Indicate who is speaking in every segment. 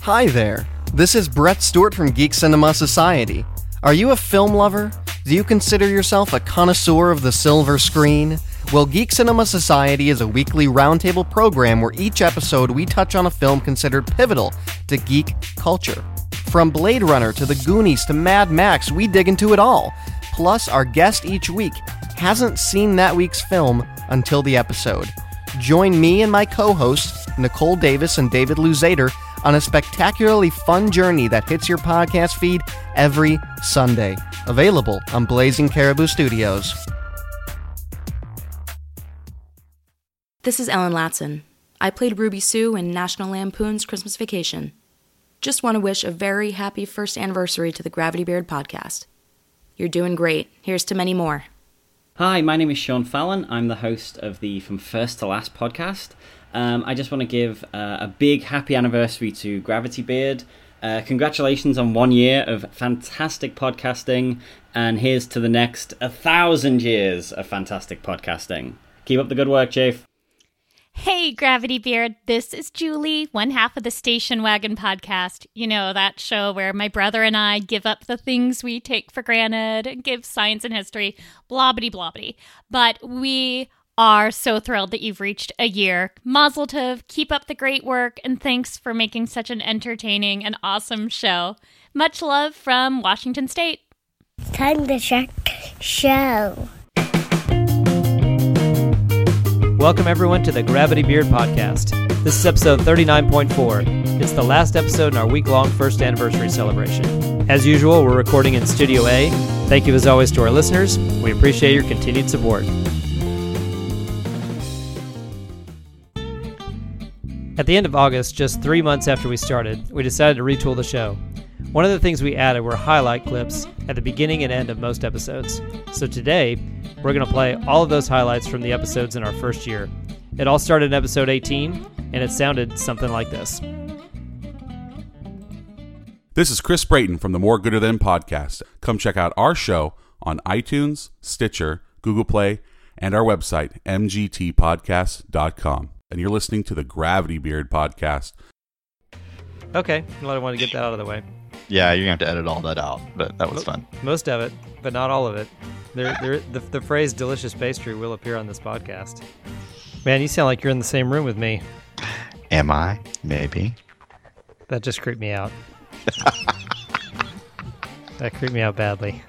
Speaker 1: Hi there. This is Brett Stewart from Geek Cinema Society. Are you a film lover? Do you consider yourself a connoisseur of the silver screen? Well, Geek Cinema Society is a weekly roundtable program where each episode we touch on a film considered pivotal to geek culture. From Blade Runner to The Goonies to Mad Max, we dig into it all. Plus, our guest each week hasn't seen that week's film until the episode. Join me and my co hosts, Nicole Davis and David Luzader, on a spectacularly fun journey that hits your podcast feed every Sunday. Available on Blazing Caribou Studios.
Speaker 2: This is Ellen Latson. I played Ruby Sue in National Lampoon's Christmas Vacation. Just want to wish a very happy first anniversary to the Gravity Beard podcast. You're doing great. Here's to many more.
Speaker 3: Hi, my name is Sean Fallon. I'm the host of the From First to Last podcast. Um, I just want to give uh, a big happy anniversary to Gravity Beard. Uh, congratulations on one year of fantastic podcasting, and here's to the next a thousand years of fantastic podcasting. Keep up the good work, Chief.
Speaker 4: Hey, Gravity Beard, this is Julie, one half of the Station Wagon podcast. You know, that show where my brother and I give up the things we take for granted and give science and history, blobbity blobbity. But we are so thrilled that you've reached a year. Mazel tov, keep up the great work, and thanks for making such an entertaining and awesome show. Much love from Washington State.
Speaker 5: Time to check show.
Speaker 6: Welcome, everyone, to the Gravity Beard Podcast. This is episode 39.4. It's the last episode in our week long first anniversary celebration. As usual, we're recording in Studio A. Thank you, as always, to our listeners. We appreciate your continued support. At the end of August, just three months after we started, we decided to retool the show. One of the things we added were highlight clips at the beginning and end of most episodes. So today, we're going to play all of those highlights from the episodes in our first year. It all started in episode 18, and it sounded something like this.
Speaker 7: This is Chris Brayton from the More Gooder Than podcast. Come check out our show on iTunes, Stitcher, Google Play, and our website, mgtpodcast.com. And you're listening to the Gravity Beard podcast.
Speaker 6: Okay, I want to get that out of the way.
Speaker 8: Yeah, you're gonna have to edit all that out, but that was
Speaker 6: Mo-
Speaker 8: fun.
Speaker 6: Most of it, but not all of it. There, there, the, the phrase delicious pastry will appear on this podcast. Man, you sound like you're in the same room with me.
Speaker 8: Am I? Maybe.
Speaker 6: That just creeped me out. that creeped me out badly.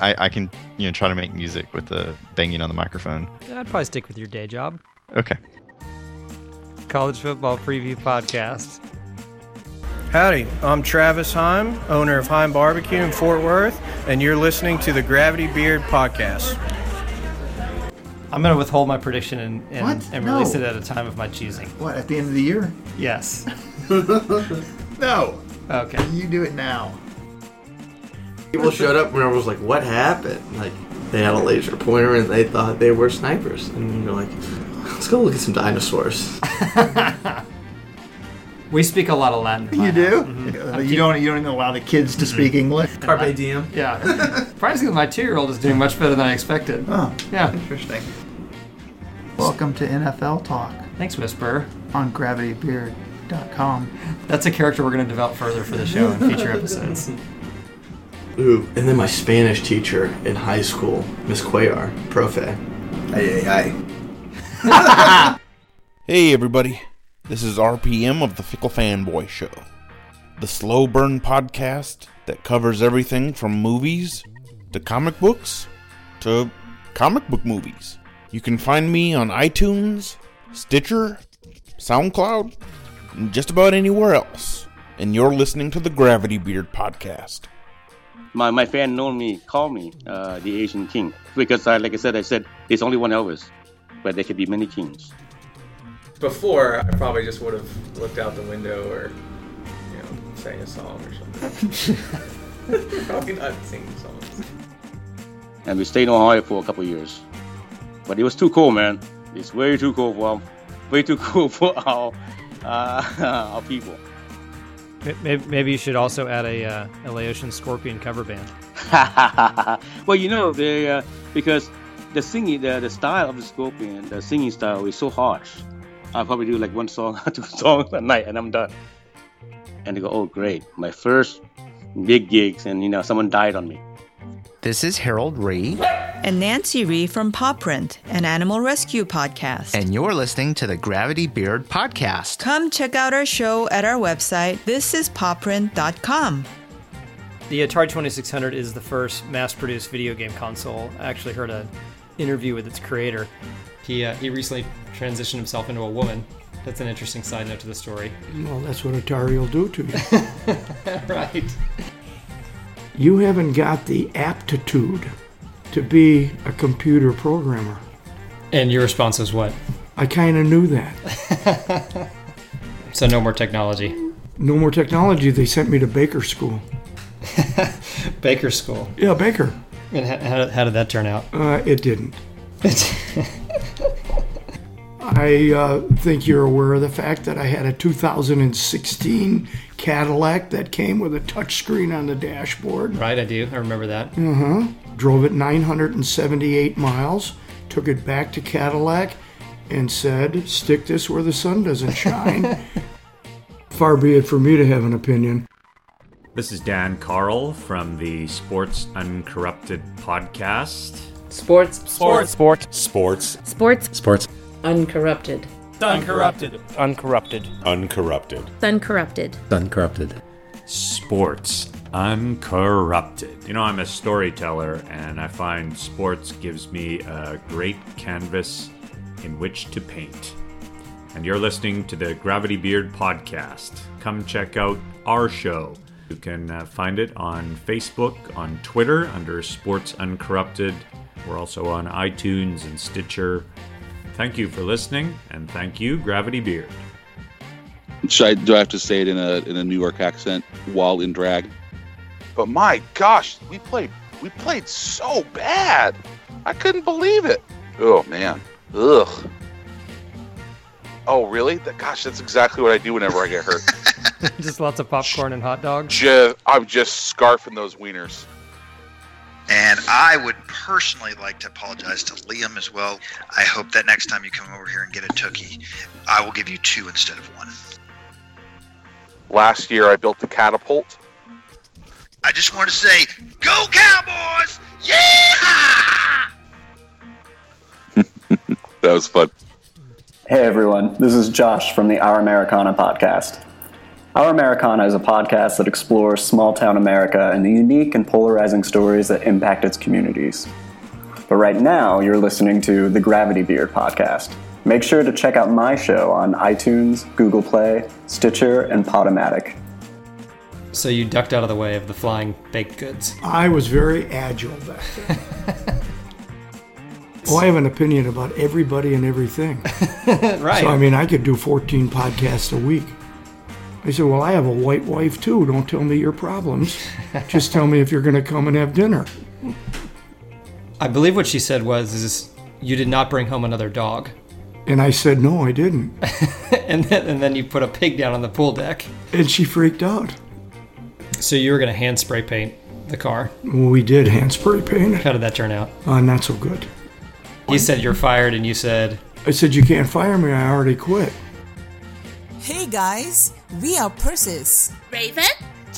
Speaker 8: I, I can you know try to make music with the banging on the microphone.
Speaker 6: I'd probably stick with your day job.
Speaker 8: Okay.
Speaker 6: College football preview podcast.
Speaker 9: Howdy, I'm Travis Heim, owner of Heim Barbecue in Fort Worth, and you're listening to the Gravity Beard Podcast.
Speaker 6: I'm going to withhold my prediction and, and,
Speaker 10: What?
Speaker 6: and
Speaker 10: No.
Speaker 6: release it at a time of my choosing.
Speaker 10: What, at the end of the year?
Speaker 6: Yes.
Speaker 10: No.
Speaker 6: Okay.
Speaker 10: You do it now.
Speaker 11: People showed up and I was like, "What happened?" Like they had a laser pointer and they thought they were snipers, and you're like, "Let's go look at some dinosaurs."
Speaker 6: We speak a lot of Latin. in my
Speaker 10: You
Speaker 6: house.
Speaker 10: do?
Speaker 12: Mm-hmm.
Speaker 10: Uh, You don't you don't even allow the kids to speak English?
Speaker 11: Carpe diem.
Speaker 12: Yeah. Mm-hmm. Surprisingly, my two year old is doing much better than I expected.
Speaker 10: Oh,
Speaker 12: Yeah.
Speaker 10: interesting. Welcome to NFL Talk
Speaker 12: Thanks, Whisperer.
Speaker 10: on gravitybeard.com.
Speaker 12: That's a character we're going to develop further for the show in future episodes.
Speaker 11: Ooh, and then my Spanish teacher in high school, Miss Cuellar, profe.
Speaker 10: Hey, hey, hey.
Speaker 13: Hey everybody, this is RPM of the Fickle Fanboy Show, the slow burn podcast that covers everything from movies to comic books to comic book movies. You can find me on iTunes, Stitcher, SoundCloud, and just about anywhere else. And you're listening to the Gravity Beard Podcast.
Speaker 14: my, my fan known me, call me uh, the Asian King because I, like I said, I said there's only one Elvis, but there could be many kings.
Speaker 15: Before, I probably just would have looked out the window or, you know, sang a song or something. probably not singing songs.
Speaker 14: And we stayed in Ohio for a couple of years, but it was too cold, man. It's way too cold for way too cold for our uh, our people.
Speaker 6: May- may- Maybe, you should also add a uh, LA Ocean Scorpion cover band.
Speaker 14: well, you know, they uh, because the singing, the, the style of the Scorpion, the singing style is so harsh. I probably do like one song, two songs a night, and I'm done. And they go, oh great, my first big gigs, and you know someone died on me.
Speaker 16: This is Harold Ree,
Speaker 17: and Nancy Ree from Paw Print, an animal rescue podcast.
Speaker 16: and you're listening to the Gravity Beard Podcast.
Speaker 17: Come check out our show at our website, thisispawprint.com.
Speaker 18: The Atari 2600 is the first mass-produced video game console. I actually heard an interview with its creator.
Speaker 6: He uh, he recently transitioned himself into a woman. That's an interesting side note to the story.
Speaker 9: Well, that's what Atari will do to you.
Speaker 6: right.
Speaker 9: you haven't got the aptitude to be a computer programmer.
Speaker 6: And your response was what?
Speaker 9: I kind of knew that.
Speaker 6: So no more technology.
Speaker 9: No more technology. They sent me to Baker School.
Speaker 6: Baker School.
Speaker 9: Yeah, Baker.
Speaker 6: And how, how, how did that turn out?
Speaker 9: Uh, it didn't. I uh, think you're aware of the fact that I had a 2016 Cadillac that came with a touchscreen on the dashboard.
Speaker 6: Right, I do. I remember that.
Speaker 9: Uh-huh. Drove it 978 miles, took it back to Cadillac, and said, stick this where the sun doesn't shine. Far be it for me to have an opinion.
Speaker 19: This is Dan Carl from the Sports Uncorrupted podcast.
Speaker 20: Sports. Sports.
Speaker 19: Sports. Sports.
Speaker 20: Sports.
Speaker 19: Sports.
Speaker 20: Uncorrupted.
Speaker 21: Uncorrupted.
Speaker 19: Uncorrupted. Uncorrupted.
Speaker 20: Uncorrupted.
Speaker 19: Uncorrupted. Sports. Uncorrupted. You know, I'm a storyteller, and I find sports gives me a great canvas in which to paint. And you're listening to the Gravity Beard podcast. Come check out our show. You can uh, find it on Facebook, on Twitter under Sports Uncorrupted. We're also on iTunes and Stitcher. Thank you for listening, and thank you, Gravity Beard.
Speaker 22: Should I, do I have to say it in a in a New York accent while in drag?
Speaker 7: But my gosh, we played we played so bad. I couldn't believe it. Oh man. Ugh. Oh really? That, gosh, that's exactly what I do whenever I get hurt.
Speaker 18: Just lots of popcorn and hot dogs.
Speaker 7: just, I'm just scarfing those wieners.
Speaker 10: And I would personally like to apologize to Liam as well. I hope that next time you come over here and get a tookie, I will give you two instead of one.
Speaker 7: Last year I built the catapult.
Speaker 10: I just want to say, go Cowboys! Yeah!
Speaker 22: That was fun.
Speaker 23: Hey everyone, this is Josh from the Our Americana podcast. Our Americana is a podcast that explores small town America and the unique and polarizing stories that impact its communities. But right now, you're listening to the Gravity Beard podcast. Make sure to check out my show on iTunes, Google Play, Stitcher, and Podomatic.
Speaker 6: So you ducked out of the way of the flying baked goods.
Speaker 9: I was very agile back then. oh, I have an opinion about everybody and everything.
Speaker 6: right.
Speaker 9: So, I mean, I could do 14 podcasts a week. I said, Well, I have a white wife too. Don't tell me your problems. Just tell me if you're going to come and have dinner.
Speaker 6: I believe what she said was, "Is you did not bring home another dog,"
Speaker 9: And I said, No, I didn't.
Speaker 6: and then and then you put a pig down on the pool deck.
Speaker 9: And she freaked out.
Speaker 6: So you were gonna hand spray paint the car.
Speaker 9: We did hand spray paint.
Speaker 6: How did that turn out?
Speaker 9: Uh, not so good.
Speaker 6: He said you're fired, and you said
Speaker 9: I said, You can't fire me. I already quit.
Speaker 24: Hey guys, we are Persis,
Speaker 25: Raven,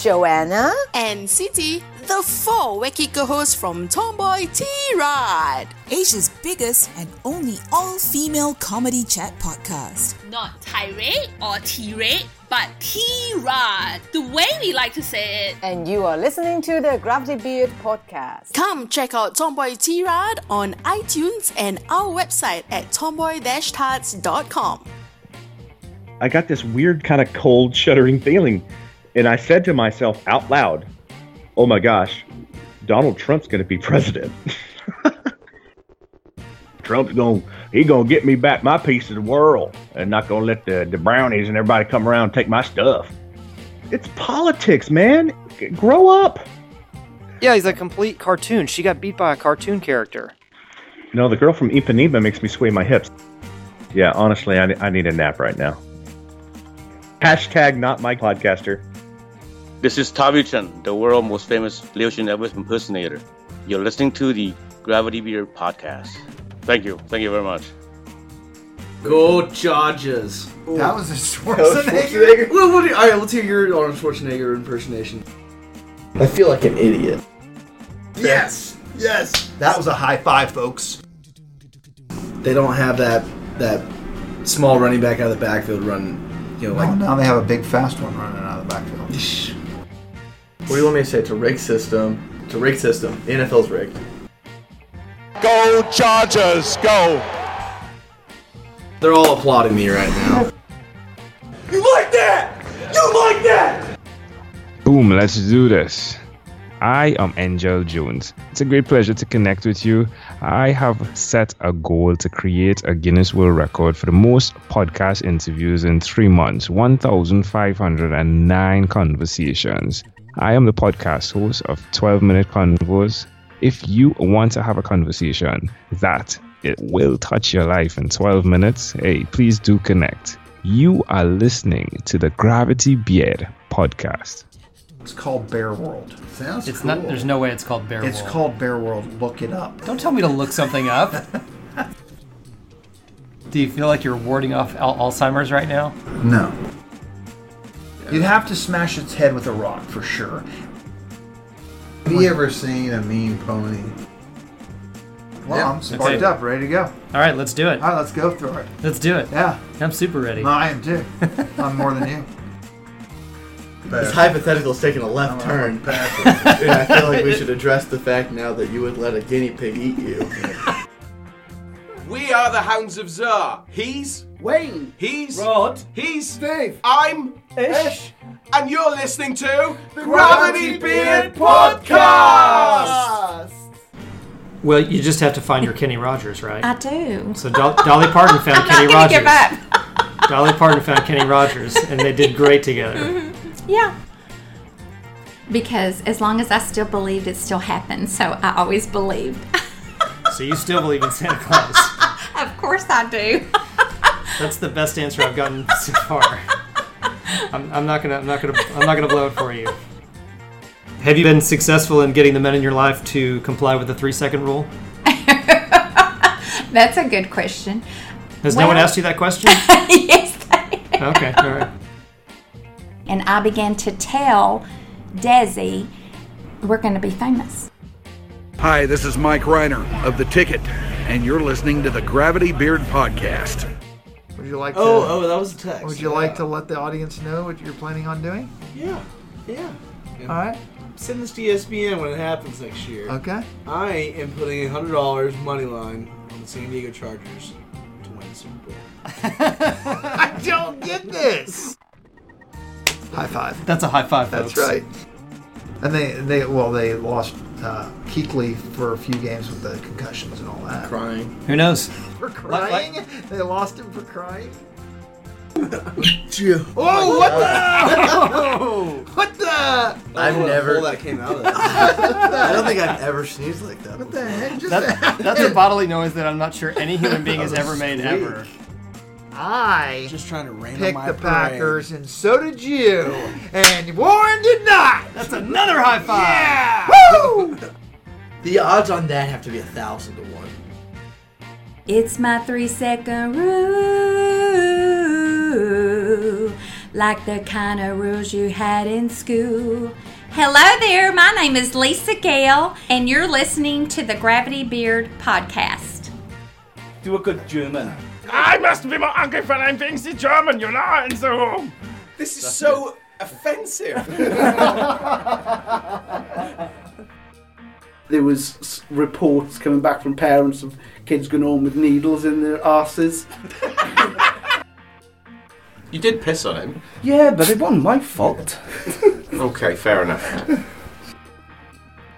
Speaker 24: Joanna,
Speaker 25: and City, the four wacky co-hosts from Tomboy T-Rod.
Speaker 24: Asia's biggest and only all-female comedy chat podcast.
Speaker 25: Not tirade or T-Rate, but T-Rod, the way we like to say it.
Speaker 24: And you are listening to the Gravity Beard podcast.
Speaker 25: Come check out Tomboy T-Rod on iTunes and our website at tomboy-tarts.com.
Speaker 26: I got this weird kind of cold, shuddering feeling. And I said to myself out loud, oh my gosh, Donald Trump's going to be president.
Speaker 27: Trump's going he gonna get me back my piece of the world and not gonna let the, the brownies and everybody come around and take my stuff.
Speaker 26: It's politics, man. G- grow up.
Speaker 28: Yeah, he's a complete cartoon. She got beat by a cartoon character.
Speaker 26: No, the girl from Ipanema makes me sway my hips. Yeah, honestly, I, I need a nap right now. Hashtag not my podcaster.
Speaker 14: This is Tavi Chen, the world's most famous Leo Shin Edwards impersonator. You're listening to the Gravity Beer podcast. Thank you. Thank you very much.
Speaker 1: Go Chargers.
Speaker 10: That was a Schwarzenegger.
Speaker 1: Well, what do you- all right, let's hear your Arnold Schwarzenegger impersonation.
Speaker 2: I feel like an idiot.
Speaker 1: Yes, yes.
Speaker 2: That was a high five, folks.
Speaker 1: They don't have that that small running back out of the backfield run. You know, like
Speaker 10: No, now they have a big fast one running out of the backfield.
Speaker 1: What do you want me to say? It's a rig system. It's a rig system. The NFL's rigged.
Speaker 29: Go Chargers, go!
Speaker 1: They're all applauding me right now.
Speaker 29: You like that? You like that?
Speaker 21: Boom, let's do this. I am Angel Jones. It's a great pleasure to connect with you. I have set a goal to create a Guinness World Record for the most podcast interviews in three months 1,509 conversations. I am the podcast host of 12 Minute Convos. If you want to have a conversation that it will touch your life in 12 minutes, hey, please do connect. You are listening to the Gravity Beard podcast.
Speaker 2: It's called Bear World. Sounds
Speaker 11: It's
Speaker 2: cool.
Speaker 11: not. There's no way it's called Bear
Speaker 2: It's
Speaker 11: World.
Speaker 2: called Bear World. Look it up.
Speaker 11: Don't tell me to look something up. Do you feel like you're warding off al- Alzheimer's right now?
Speaker 2: No. You'd have to smash its head with a rock for sure.
Speaker 10: Have you ever seen a mean pony? Well,
Speaker 2: Yeah.
Speaker 10: I'm
Speaker 2: That's
Speaker 10: sparked
Speaker 2: it.
Speaker 10: up, ready to go.
Speaker 11: All right, let's do it.
Speaker 10: All right, let's go through it.
Speaker 11: Let's do it.
Speaker 10: Yeah.
Speaker 11: I'm super ready.
Speaker 10: No, I am too. I'm more than you.
Speaker 1: This hypothetical's taking a left turn. and I feel like we should address the fact now that you would let a guinea pig eat you.
Speaker 29: We are the Hounds of Zar. He's Wayne. He's
Speaker 21: Rod.
Speaker 29: He's Steve. I'm Ish. And you're listening to the Gravity Beard Podcast.
Speaker 6: Well, you just have to find your Kenny Rogers, right?
Speaker 30: I do.
Speaker 6: So Do- Dolly Parton found
Speaker 30: I'm
Speaker 6: Kenny
Speaker 30: not gonna
Speaker 6: Rogers.
Speaker 30: give
Speaker 6: Dolly Parton found Kenny Rogers, and they did great together.
Speaker 30: Mm-hmm. Yeah. Because as long as I still believed, it still happened. So I always believed.
Speaker 6: So you still believe in Santa Claus?
Speaker 30: of course I do.
Speaker 6: That's the best answer I've gotten so far. I'm, I'm not gonna, I'm not gonna, I'm not gonna blow it for you. Have you been successful in getting the men in your life to comply with the three-second rule?
Speaker 30: That's a good question.
Speaker 6: Has no one
Speaker 30: Well-
Speaker 6: asked you that question?
Speaker 30: yes.
Speaker 6: Okay, all right.
Speaker 30: And I began to tell Desi, we're going to be famous.
Speaker 7: Hi, this is Mike Reiner of The Ticket, and you're listening to the Gravity Beard Podcast.
Speaker 10: Would you like
Speaker 1: Oh,
Speaker 10: to?
Speaker 1: oh, that was a text.
Speaker 10: Would you like to let the audience know what you're planning on doing?
Speaker 1: Yeah, yeah. All
Speaker 10: right.
Speaker 1: Send this to E ESPN when it happens next year.
Speaker 10: Okay.
Speaker 1: I am putting hundred dollars money line on the San Diego Chargers to win the Super Bowl. I don't get this.
Speaker 10: High five.
Speaker 11: That's a high five.
Speaker 10: That's
Speaker 11: folks.
Speaker 10: right. And they, they well, they lost uh, Keekly for a few games with the concussions and all that.
Speaker 1: Crying.
Speaker 11: Who knows?
Speaker 10: For crying? They lost him for crying?
Speaker 1: oh,
Speaker 10: Oh,
Speaker 1: what
Speaker 10: the? what the?
Speaker 1: I've never. Oh, that came out of that. I don't think I've ever sneezed like that.
Speaker 10: What the heck just
Speaker 11: That- that's a bodily noise that I'm not sure any human being has ever made ever.
Speaker 10: I
Speaker 1: just trying to rain
Speaker 10: picked
Speaker 1: on my
Speaker 10: the
Speaker 1: parade.
Speaker 10: Packers, and so did you. And Warren did not.
Speaker 11: That's another high five.
Speaker 10: Yeah.
Speaker 30: Woo!
Speaker 1: The odds on that have to be a thousand to one.
Speaker 30: It's my three second rule, like the kind of rules you had in school. Hello there, my name is Lisa Gale, and you're listening to the Gravity Beard Podcast.
Speaker 21: Do a good German. I must be more angry when I'm being the German, you know, and so.
Speaker 29: This is so offensive.
Speaker 31: There was s- reports coming back from parents of kids going home with needles in their asses.
Speaker 21: You did piss on him.
Speaker 31: Yeah, but it wasn't my fault.
Speaker 21: Okay, fair enough.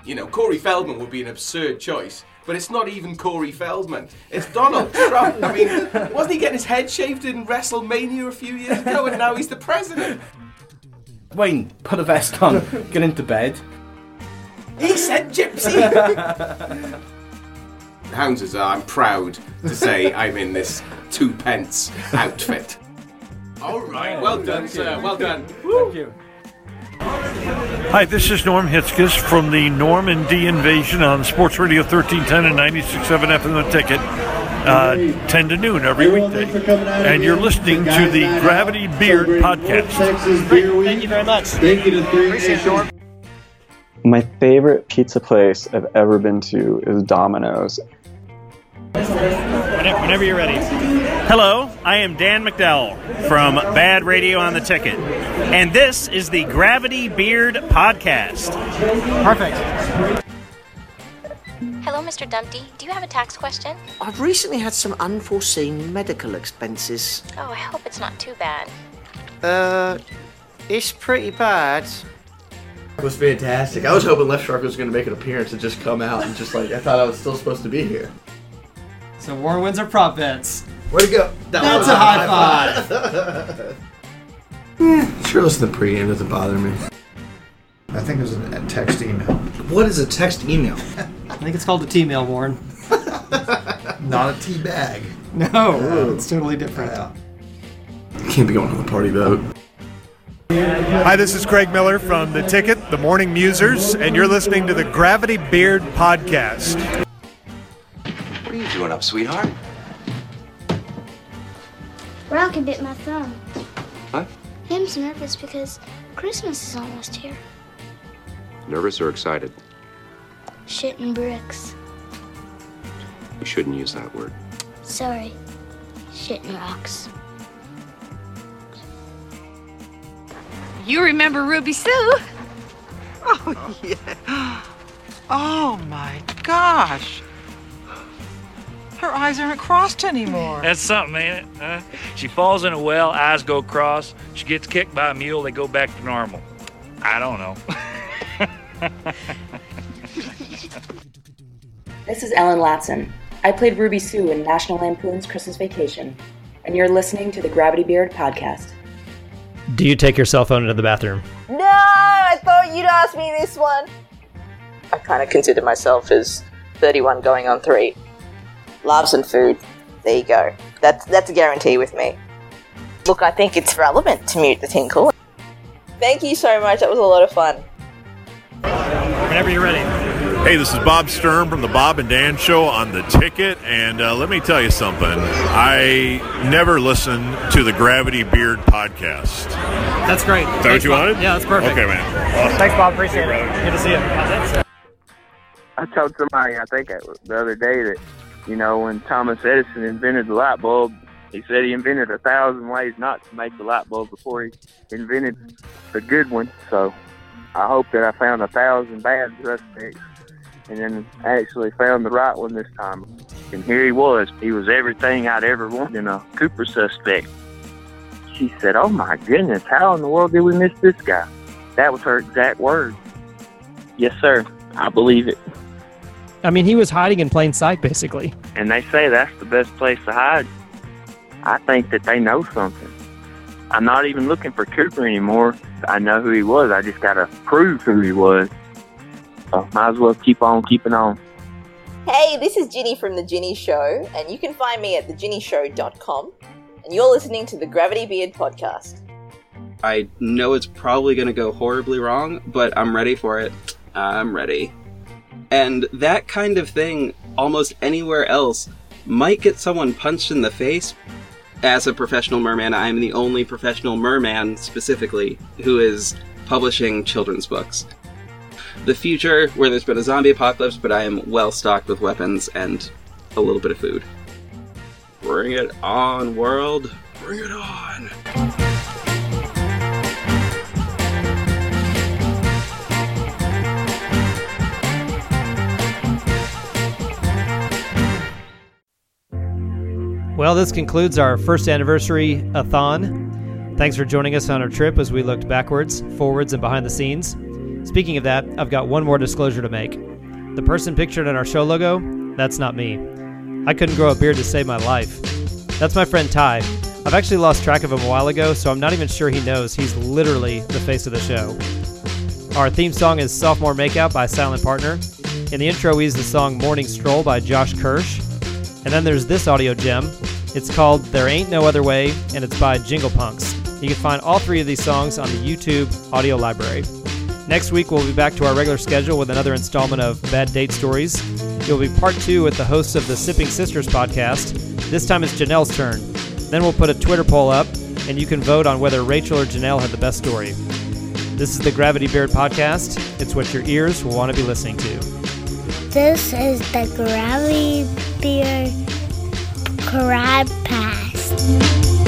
Speaker 29: you know, Corey Feldman would be an absurd choice, but it's not even Corey Feldman. It's Donald Trump. I mean, wasn't he getting his head shaved in WrestleMania a few years ago, and now he's the president?
Speaker 21: Wayne, put a vest on. Get into bed.
Speaker 29: He said gypsy. the hounds is, I'm proud to say I'm in this two pence outfit. All right, well done, sir. Well done. Oh, Thank you.
Speaker 32: Hi, this is Norm Hitzkus from the Normandy Invasion on Sports Radio 1310 and 96.7 FM The Ticket. uh, 10 to noon every weekday. And you're listening to the Gravity Beard Podcast.
Speaker 6: Thank you very much.
Speaker 32: Thank you to three
Speaker 6: Appreciate it.
Speaker 23: My favorite pizza place I've ever been to is Domino's.
Speaker 33: Whenever, whenever you're ready. Hello, I am Dan McDowell from Bad Radio on the Ticket, and this is the Gravity Beard Podcast. Perfect.
Speaker 34: Hello, Mr. Dumpty. Do you have a tax question?
Speaker 13: I've recently had some unforeseen medical expenses.
Speaker 34: Oh, I hope it's not too bad.
Speaker 13: Uh, it's pretty bad.
Speaker 15: It was fantastic. I was hoping Left Shark was going to make an appearance and just come out and just like I thought I was still supposed to be here.
Speaker 11: So war wins are prop bets.
Speaker 15: Where'd it go?
Speaker 11: That's a high five.
Speaker 1: Eh, Sure, listen to the pregame doesn't bother me.
Speaker 10: I think it was a text email.
Speaker 1: What is a text email?
Speaker 11: I think it's called a T-mail, Warren.
Speaker 10: Not a tea bag.
Speaker 11: No,
Speaker 1: Oh.
Speaker 11: it's totally different.
Speaker 1: Can't be going on the party boat.
Speaker 35: Hi, this is Craig Miller from The Ticket, The Morning Musers, and you're listening to the Gravity Beard Podcast.
Speaker 17: What are you doing up, sweetheart?
Speaker 19: Rocket bit my thumb.
Speaker 17: What?
Speaker 19: Him's nervous because Christmas is almost here.
Speaker 17: Nervous or excited?
Speaker 19: Shit and bricks.
Speaker 17: You shouldn't use that word.
Speaker 19: Sorry. Shit and rocks.
Speaker 36: You remember Ruby Sue?
Speaker 13: Oh, yeah. Oh, my gosh. Her eyes aren't crossed anymore.
Speaker 37: That's something, ain't it? Huh? She falls in a well, eyes go cross. She gets kicked by a mule, they go back to normal. I don't know.
Speaker 38: This is Ellen Latson. I played Ruby Sue in National Lampoon's Christmas Vacation, and you're listening to the Gravity Beard podcast.
Speaker 6: Do you take your cell phone into the bathroom?
Speaker 39: No, I thought you'd ask me this one.
Speaker 40: I kind of consider myself as 31 going on 3. Loves and food. There you go. That's, that's a guarantee with me. Look, I think it's relevant to mute the tinkle. Thank you so much. That was a lot of fun.
Speaker 33: Whenever you're ready.
Speaker 41: Hey, this is Bob Stern from the Bob and Dan Show on the ticket, and uh, let me tell you something. I never listened to the Gravity Beard podcast.
Speaker 6: That's great.
Speaker 41: Is that what you wanted?
Speaker 6: Yeah, that's perfect.
Speaker 41: Okay, man.
Speaker 6: Thanks, Bob. Appreciate it. Good to see you.
Speaker 42: I told somebody, I think it was the other day, that, you know, when Thomas Edison invented the light bulb, he said he invented a thousand ways not to make the light bulb before he invented the good one. So I hope that I found a thousand bad suspects and then I actually found the right one this time. And here he was. He was everything I'd ever wanted in a Cooper suspect. She said, Oh my goodness, how in the world did we miss this guy? That was her exact word. Yes, sir. I believe it.
Speaker 6: I mean, he was hiding in plain sight, basically.
Speaker 42: And they say that's the best place to hide. I think that they know something. I'm not even looking for Cooper anymore. I know who he was. I just got to prove who he was. So might as well keep on keeping on.
Speaker 40: Hey, this is Ginny from The Ginny Show, and you can find me at theginnyshow.com, and you're listening to the Gravity Beard podcast.
Speaker 43: I know it's probably going to go horribly wrong, but I'm ready for it. I'm ready. And that kind of thing, almost anywhere else, might get someone punched in the face. As a professional merman, I'm the only professional merman specifically who is publishing children's books the future where there's been a zombie apocalypse, but I am well stocked with weapons and a little bit of food. Bring it on, world. Bring it on.
Speaker 6: Well, this concludes our first anniversary a thon. Thanks for joining us on our trip as we looked backwards, forwards, and behind the scenes. Speaking of that, I've got one more disclosure to make. The person pictured in our show logo, that's not me. I couldn't grow a beard to save my life. That's my friend Ty. I've actually lost track of him a while ago, so I'm not even sure he knows he's literally the face of the show. Our theme song is Sophomore Makeout by Silent Partner. In the intro, we use the song Morning Stroll by Josh Kirsch. And then there's this audio gem. It's called There Ain't No Other Way, and it's by Jingle Punks. You can find all three of these songs on the YouTube audio library. Next week, we'll be back to our regular schedule with another installment of Bad Date Stories. It will be part two with the hosts of the Sipping Sisters podcast. This time it's Janelle's turn. Then we'll put a Twitter poll up, and you can vote on whether Rachel or Janelle had the best story. This is the Gravity Beard podcast. It's what your ears will want to be listening to.
Speaker 5: This is the Gravity Beer Crab Past.